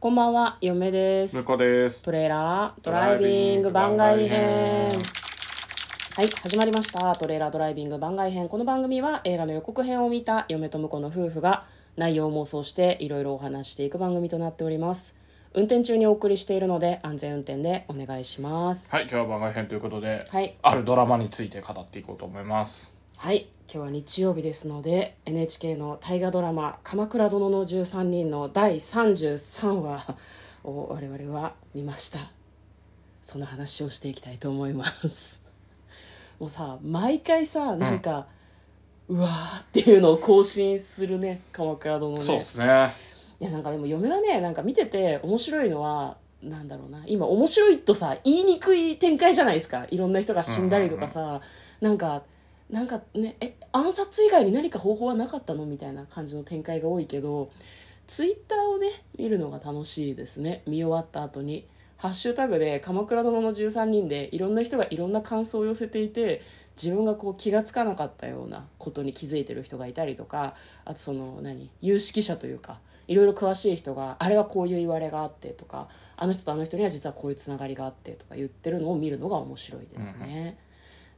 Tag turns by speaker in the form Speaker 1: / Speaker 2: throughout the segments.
Speaker 1: こんばんは、嫁です
Speaker 2: 向。こうです
Speaker 1: トレーラードライビング番外編。はい、始まりました。トレーラードライビング番外編。この番組は映画の予告編を見た嫁と婿の夫婦が内容を妄想していろいろお話していく番組となっております。運転中にお送りしているので安全運転でお願いします。
Speaker 2: はい今日は番外編ということで、
Speaker 1: はい。
Speaker 2: あるドラマについて語っていこうと思います
Speaker 1: はい、今日は日曜日ですので NHK の大河ドラマ「鎌倉殿の13人」の第33話を我々は見ましたその話をしていきたいと思いますもうさ毎回さなんか、うわーっていうのを更新するね鎌倉殿ね
Speaker 2: そうですね
Speaker 1: いやなんかでも嫁はねなんか見てて面白いのはなんだろうな今面白いとさ言いにくい展開じゃないですかいろんな人が死んだりとかさ、なんかなんかねえ暗殺以外に何か方法はなかったのみたいな感じの展開が多いけどツイッターをね見るのが楽しいですね見終わった後にハッシュタグで「鎌倉殿の13人」でいろんな人がいろんな感想を寄せていて自分がこう気がつかなかったようなことに気づいてる人がいたりとかあとその何有識者というかいろいろ詳しい人があれはこういう言われがあってとかあの人とあの人には実はこういうつながりがあってとか言ってるのを見るのが面白いですね。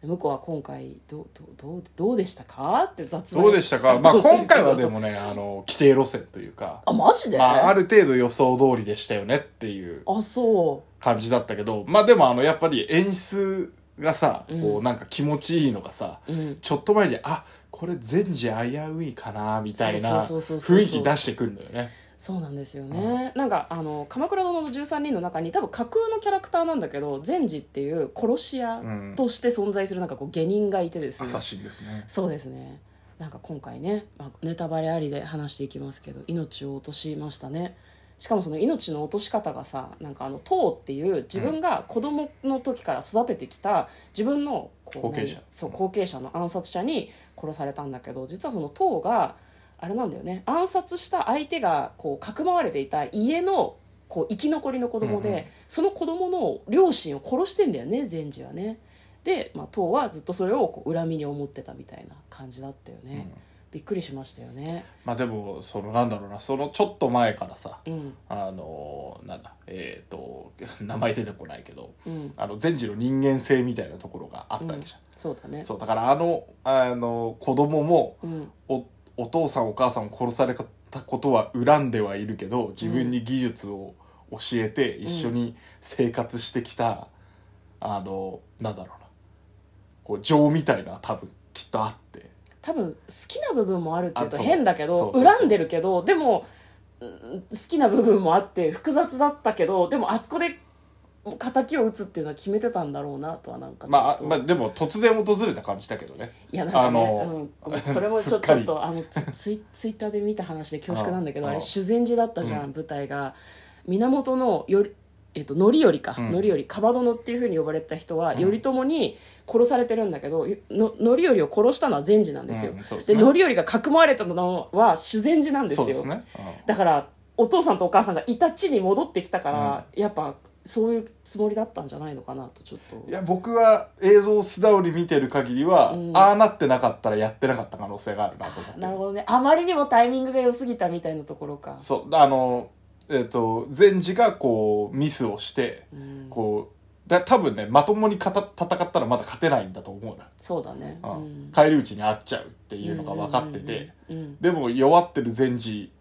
Speaker 1: 向こうは今回どうどうどうどうでしたかって雑談
Speaker 2: どうでしたか、ま あ、
Speaker 1: どうする
Speaker 2: 今回はでもねあの規定路線というか
Speaker 1: あマジで、
Speaker 2: まあ、ある程度予想通りでしたよねっていう
Speaker 1: あそ
Speaker 2: 感じだったけどまあでもあのやっぱり演出がさ、
Speaker 1: うん
Speaker 2: こうなんか気持ちいいのがさ
Speaker 1: ううん
Speaker 2: ちょっと前にあこれ全時危ういかなみたいな
Speaker 1: そうそうそうそうそう
Speaker 2: 雰囲気出してくるんだよね
Speaker 1: そうなんですよね、なんかあの「鎌倉殿の13人」の中に多分架空のキャラクターなんだけど善治っていう殺し屋
Speaker 2: うん
Speaker 1: として存在するなんかこう下人がいてですね、
Speaker 2: 優しいですね
Speaker 1: そうですねなんか今回ね、まあ、ネタバレありで話していきますけど命を落としましたねしかもその命の落とし方がさなんかあの唐っていう自分が子供の時から育ててきた自分のこう
Speaker 2: 後継者
Speaker 1: 何そう後継者の暗殺者に殺されたんだけど実はその唐があれなんだよね暗殺した相手がこうかくまわれていた家のこう生き残りの子供で、
Speaker 2: うんうん
Speaker 1: その子供の両親を殺してんだよね善治はねで、まあ、唐はずっとそれをこう恨みに思ってたみたいな感じだったよね、
Speaker 2: うん
Speaker 1: びっくりしましたよね
Speaker 2: まあでもそのなんだろうなそのちょっと前からさ
Speaker 1: うん
Speaker 2: あのなんだえっ、と 名前出てこないけど
Speaker 1: うん
Speaker 2: あの全治の人間性みたいなところがあったわけじゃん、
Speaker 1: そうだね
Speaker 2: そうだからあのあの子供も
Speaker 1: うん
Speaker 2: おお父さんお母さんを殺されたことは恨んではいるけど自分に技術を教えて一緒に生活してきた、あのなんだろうなこう情みたいな多分きっとあって
Speaker 1: 多分好きな部分もあるっていうと
Speaker 2: あそう
Speaker 1: 変だけど
Speaker 2: そうそうそう
Speaker 1: 恨んでるけどでもうん好きな部分もあって複雑だったけどでもあそこで敵を打つっていうのは決めてたんだろうなとはなんかちょっと、
Speaker 2: まあ、まあでも突然訪れた感じだけどね
Speaker 1: いやなんかね、
Speaker 2: あの
Speaker 1: うんごめん、それ もち
Speaker 2: す
Speaker 1: ょ
Speaker 2: っ
Speaker 1: ち
Speaker 2: か
Speaker 1: ょ
Speaker 2: り
Speaker 1: っとあのツツイツイッターで見た話で恐縮なんだけどあ
Speaker 2: ああ
Speaker 1: れ修善寺だったじゃん、
Speaker 2: うん
Speaker 1: 舞台が源のよりえっと、範頼か、
Speaker 2: うん
Speaker 1: 範頼蒲殿っていうふうに呼ばれてた人は、
Speaker 2: ん
Speaker 1: 頼朝に殺されてるんだけどよの範頼を殺したのは善治なんですよ、
Speaker 2: うんそうです
Speaker 1: で
Speaker 2: ね
Speaker 1: 範頼がかくまわれたのは修善寺なんですよ
Speaker 2: そうですね、うん
Speaker 1: だからお父さんとお母さんがいた地に戻ってきたから、やっぱそういうつもりだったんじゃないのかなとちょっと
Speaker 2: いや僕は映像を素直に見てる限りは、
Speaker 1: うん
Speaker 2: ああなってなかったらやってなかった可能性があるなと思って
Speaker 1: なるほどねあまりにもタイミングが良すぎたみたいなところか
Speaker 2: そうあのえっ、と善治がこうミスをして
Speaker 1: うん
Speaker 2: こうだ多分ねまともにかた戦ったらまだ勝てないんだと思うな、
Speaker 1: そうだね、
Speaker 2: うん
Speaker 1: うん
Speaker 2: 返り討ちに会っちゃうっていうのが分かってて、
Speaker 1: うんうん
Speaker 2: でも弱ってる善治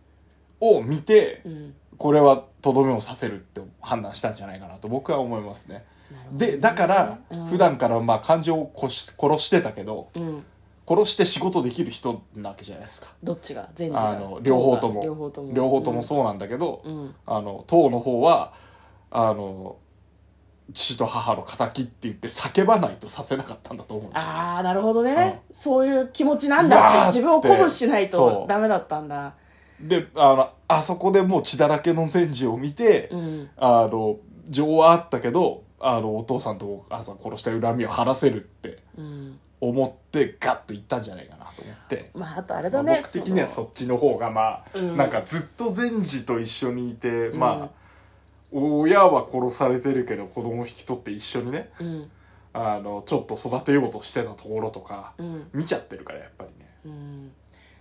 Speaker 2: を見て
Speaker 1: うんうん
Speaker 2: これはとどめをさせるって判断したんじゃないかなと僕は思いますね
Speaker 1: なるほどね
Speaker 2: でだから
Speaker 1: うん
Speaker 2: 普段からまあ感情をこし殺してたけど、
Speaker 1: うん
Speaker 2: 殺して仕事できる人なわけじゃないですか
Speaker 1: どっちが全治が
Speaker 2: あの両方とも
Speaker 1: 両方とも
Speaker 2: 両方ともそうなんだけど、
Speaker 1: うん、うん
Speaker 2: あの党の方はあの父と母の敵って言って叫ばないとさせなかったんだと思う
Speaker 1: ああなるほどね、そういう気持ちなんだって
Speaker 2: わーって
Speaker 1: 自分を鼓舞しないと
Speaker 2: そう
Speaker 1: ダメだったんだ
Speaker 2: であのあそこでもう血だらけの善治を見て、
Speaker 1: うん
Speaker 2: あの情はあったけどあのお父さんとお母さん殺した恨みを晴らせるって
Speaker 1: うん
Speaker 2: 思ってガッと言ったんじゃないかなと思って。
Speaker 1: まああとあれ
Speaker 2: ま
Speaker 1: だ
Speaker 2: あ
Speaker 1: ね、
Speaker 2: 僕的にはそっちの方がまあ、
Speaker 1: うん
Speaker 2: なんかずっと善治と一緒にいて、
Speaker 1: うん
Speaker 2: まあ親は殺されてるけど子供を引き取って一緒にね
Speaker 1: そのうん
Speaker 2: あのちょっと育てようとしてたところとか
Speaker 1: うん
Speaker 2: 見ちゃってるからやっぱりね
Speaker 1: うん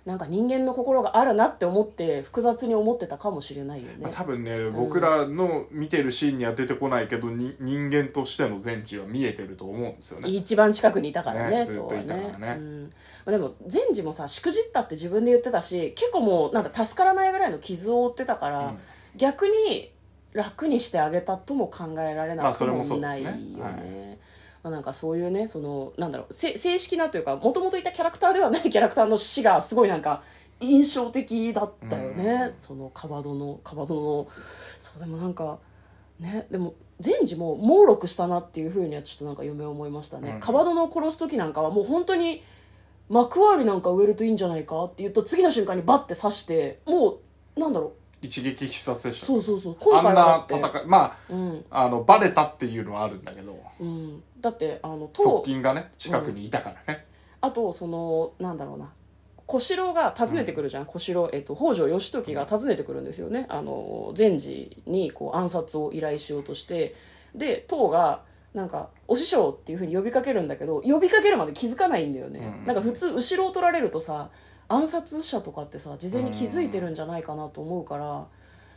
Speaker 1: なんか人間の心があるなって思って複雑に思ってたかもしれないよね、
Speaker 2: まあ、多分ね、僕らの見てるシーンには出てこないけどに人間としての全治は見えてると思うんですよね
Speaker 1: 一番近くにいたからね
Speaker 2: ね
Speaker 1: とは
Speaker 2: ずっといたからね
Speaker 1: うんまあ、でも善治もさしくじったって自分で言ってたし結構もうなんか助からないぐらいの傷を負ってたから、
Speaker 2: うん
Speaker 1: 逆に楽にしてあげたとも考えられ
Speaker 2: ま
Speaker 1: な
Speaker 2: あそ
Speaker 1: く
Speaker 2: れも
Speaker 1: も
Speaker 2: そうです
Speaker 1: ない
Speaker 2: ね
Speaker 1: よ
Speaker 2: は
Speaker 1: ね。まあなんかそういうねそのなんだろうせ正式なというかもともといたキャラクターではないキャラクターの死がすごいなんか印象的だったよね、
Speaker 2: うん
Speaker 1: そのカバドのカバドのそうでもなんかねでも善治も猛録したなっていうふうにはちょっとなんか嫁思いましたね、
Speaker 2: うん
Speaker 1: カバドのを殺す時なんかはもう本当にマクワールなんか植えるといいんじゃないかって言った次の瞬間にバッて刺してもうなんだろう
Speaker 2: 一撃必殺でし
Speaker 1: そ
Speaker 2: ょ
Speaker 1: うそうそう今
Speaker 2: あ
Speaker 1: 回
Speaker 2: ん
Speaker 1: はだ
Speaker 2: な
Speaker 1: って
Speaker 2: 戦いま
Speaker 1: うん
Speaker 2: ああのバレたっていうのはあるんだけど
Speaker 1: うん、だってあの
Speaker 2: 側
Speaker 1: と
Speaker 2: 近がね近くにいたからね、
Speaker 1: あとそのなんだろうな小四郎が訪ねてくるじゃん、小四郎、えっと、北条義時が訪ねてくるんですよねあの善治にこう暗殺を依頼しようとしてで唐がなんか「お師匠」っていうふうに呼びかけるんだけど呼びかけるまで気づかないんだよね、
Speaker 2: うん
Speaker 1: なんか普通後ろを取られるとさ暗殺者とかってさ事前に気づいてるんじゃないかなと思うから、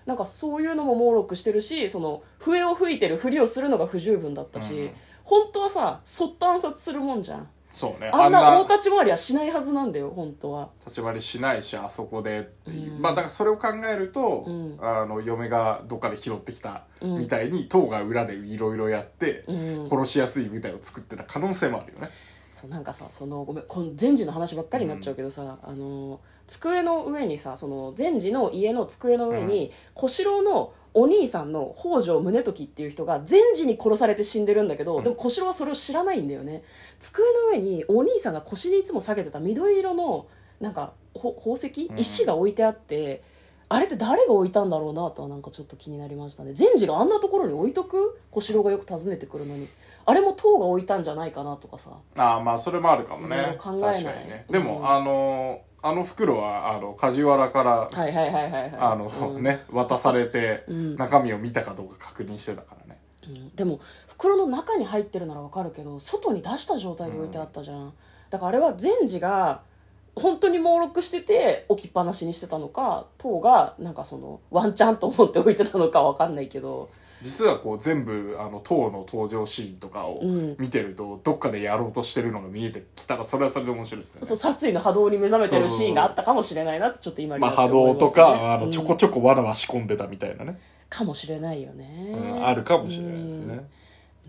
Speaker 1: なんかそういうのも猛録してるしその笛を吹いてるふりをするのが不十分だったし、
Speaker 2: うん
Speaker 1: 本当はさそっと暗殺するもんじゃん
Speaker 2: そうね
Speaker 1: あんな大立ち回りはしないはずなんだよ本当は
Speaker 2: 立ち回りしないしあそこでっていう、
Speaker 1: うん
Speaker 2: まあだからそれを考えると、
Speaker 1: うん
Speaker 2: あの嫁がどっかで拾ってきた
Speaker 1: うん
Speaker 2: みたいに党が裏でいろいろやって、
Speaker 1: うん
Speaker 2: 殺しやすい舞台を作ってた可能性もあるよね、
Speaker 1: そうなんかさそのごめんこの善治の話ばっかりになっちゃうけどさ、あの机の上にさその善治の家の机の上に、小四郎のお兄さんの北条宗時っていう人が善治に殺されて死んでるんだけど、
Speaker 2: うん
Speaker 1: でも小四郎はそれを知らないんだよね机の上にお兄さんが腰にいつも下げてた緑色のなんかほ宝石
Speaker 2: うん
Speaker 1: 石が置いてあって、あれって誰が置いたんだろうなとはなんかちょっと気になりましたね善治があんなところに置いとく小四郎がよく訪ねてくるのにあれも唐が置いたんじゃないかなとかさ
Speaker 2: ああまあそれもあるかもね、
Speaker 1: うん考えない
Speaker 2: 確かにねでも、
Speaker 1: うん
Speaker 2: あのあの袋はあの梶原から、
Speaker 1: はいはいはいはいはい
Speaker 2: あの、
Speaker 1: うん
Speaker 2: ね渡されて、
Speaker 1: うん
Speaker 2: 中身を見たかどうか確認してたからね
Speaker 1: うんでも袋の中に入ってるならわかるけど外に出した状態で置いてあったじゃん、だからあれは善治が本当に猛録してて置きっぱなしにしてたのか唐がなんかそのワンチャンと思って置いてたのかわかんないけど
Speaker 2: 実はこう全部あの党の登場シーンとかを
Speaker 1: うん
Speaker 2: 見てると、どっかでやろうとしてるのが見えてきたらそれはそれで面白いですよね
Speaker 1: そう殺意の波動に目覚めてるシーンがあったかもしれないなってちょっと今に
Speaker 2: ま
Speaker 1: な
Speaker 2: あ、
Speaker 1: って
Speaker 2: 波
Speaker 1: 思い
Speaker 2: 動
Speaker 1: ますね
Speaker 2: とか、あの、ちょ
Speaker 1: うん
Speaker 2: こちょこ罠は仕込んでたみたいなね、
Speaker 1: かもしれないよね、
Speaker 2: うんあるかもしれないですね。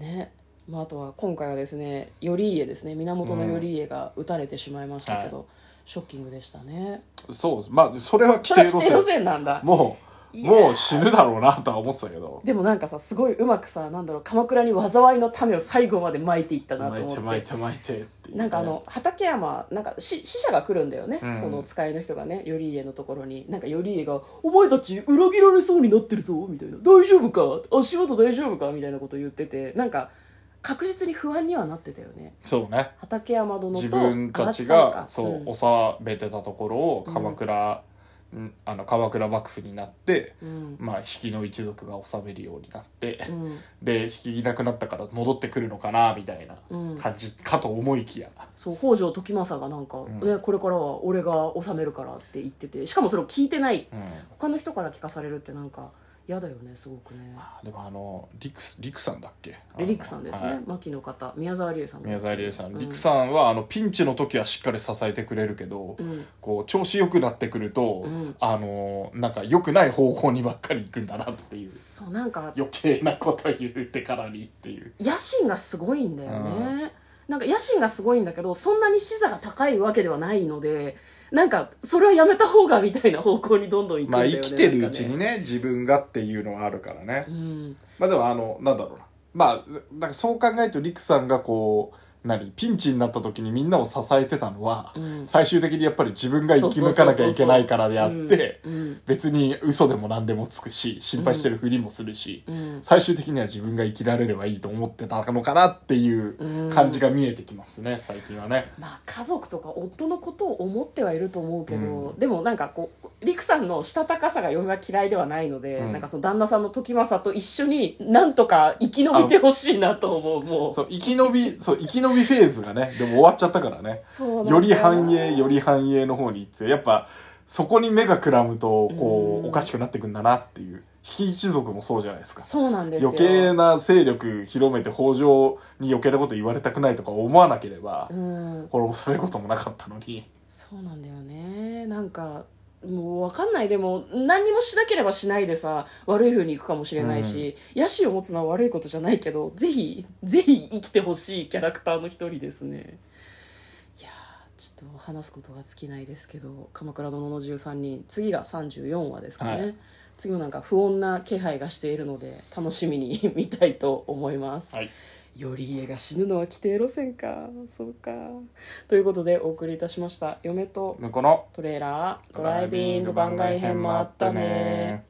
Speaker 1: うんねまあ、あとは今回はですね頼家ですね源頼家が撃たれてしまいましたけど、ショッキングでしたね
Speaker 2: そうです。まあ、それは規
Speaker 1: それは
Speaker 2: 定路
Speaker 1: 規定路
Speaker 2: 線。
Speaker 1: 線なんだ
Speaker 2: もう、
Speaker 1: いやー
Speaker 2: もう死ぬだろうなとは思ってたけど。
Speaker 1: でもなんかさすごいうまくさなんだろう鎌倉に災いの種を最後まで巻いていったなと
Speaker 2: 巻い
Speaker 1: 思って
Speaker 2: て巻いて巻いてっていうね
Speaker 1: なんかあの、畠山なんかし死者が来るんだよね、
Speaker 2: うん
Speaker 1: その使いの人がね頼家のところになんか頼家が「お前たち裏切られそうになってるぞ」みたいな「大丈夫か足元大丈夫か?」みたいなこと言っててなんか確実に不安にはなってたよね
Speaker 2: そうね。
Speaker 1: 畠山殿と
Speaker 2: 自分た
Speaker 1: 足
Speaker 2: ち
Speaker 1: 立さん
Speaker 2: が、
Speaker 1: か
Speaker 2: そう、
Speaker 1: ん
Speaker 2: 収めてたところを、鎌倉、んあの、鎌倉幕府になって、
Speaker 1: うん
Speaker 2: まあ、引きの一族が治めるようになって、
Speaker 1: うん
Speaker 2: で、引きいなくなったから戻ってくるのかな、みたいな
Speaker 1: うん
Speaker 2: 感じかと思いきや。
Speaker 1: そう北条時政がなんか、
Speaker 2: ん
Speaker 1: ね、これからは俺が治めるからって言っててしかもそれを聞いてない
Speaker 2: うん
Speaker 1: 他の人から聞かされるってなんか嫌だよねすごくね
Speaker 2: あでもあのリクスリクさんだっけあの
Speaker 1: リクさんですね、
Speaker 2: はい
Speaker 1: 牧の方宮沢りえさんの
Speaker 2: 宮沢りえさん、
Speaker 1: うん
Speaker 2: リクさんはあのピンチの時はしっかり支えてくれるけど、
Speaker 1: うん
Speaker 2: こう調子良くなってくると、
Speaker 1: うん
Speaker 2: あのなんか良くない方向にばっかり行くんだなっていう
Speaker 1: そうなんか
Speaker 2: 余計なこと言ってからにっていう
Speaker 1: 野心がすごいんだよねなんか野心がすごいんだけどそんなに視座が高いわけではないのでなんかそれはやめた方がみたいな方向にどんどん行くん
Speaker 2: ま
Speaker 1: だ
Speaker 2: あ
Speaker 1: よね
Speaker 2: 生きてるうち
Speaker 1: な
Speaker 2: に
Speaker 1: んか
Speaker 2: ね自分がっていうのはあるからね、
Speaker 1: うん
Speaker 2: まあでもあのなんだろうなまあなんかそう考えるとリクさんがこう何ピンチになった時にみんなを支えてたのは、
Speaker 1: うん
Speaker 2: 最終的にやっぱり自分が生き抜かなきゃいけないからであって、
Speaker 1: うんうん
Speaker 2: 別に嘘でも何でもつくし心配してるふりもするし、
Speaker 1: うん
Speaker 2: 最終的には自分が生きられればいいと思ってたのかなっていう
Speaker 1: うん
Speaker 2: 感じが見えてきますね、最近はね。
Speaker 1: まあ、家族とか夫のことを思ってはいると思うけど、
Speaker 2: う
Speaker 1: でもなんかこう陸さんのしたたかさが嫁は嫌いではないので、
Speaker 2: うん
Speaker 1: なんかその旦那さんの時政と一緒になんとか生き延びてほしいなと思うもう
Speaker 2: そう生き延びそう生き延びびフェーズがねでも終わっちゃったからね
Speaker 1: そう
Speaker 2: より繁栄よ
Speaker 1: り
Speaker 2: り繁栄の方に行ってやっぱそこに目がくらむとこ
Speaker 1: う
Speaker 2: うんおかしくなってくんだなっていう比企一族もそうじゃないですか
Speaker 1: そうなんですよ
Speaker 2: 余計な勢力広めて北条に余計なこと言われたくないとか思わなければ
Speaker 1: うん
Speaker 2: 滅ぼされることもなかったのに
Speaker 1: そうなんだよねなんかもう分かんないでも何にもしなければしないでさ悪い風にいくかもしれないし、野心を持つのは悪いことじゃないけどぜひぜひ生きてほしいキャラクターの一人ですねいやーちょっと話すことが尽きないですけど「鎌倉殿の13人」次が34話ですかね、
Speaker 2: はい
Speaker 1: 次もなんか不穏な気配がしているので楽しみに見たいと思います
Speaker 2: はい
Speaker 1: より家が死ぬのは規定路線かそうかということでお送りいたしました嫁と
Speaker 2: 向こうの
Speaker 1: トレーラードライビング番外編もあったね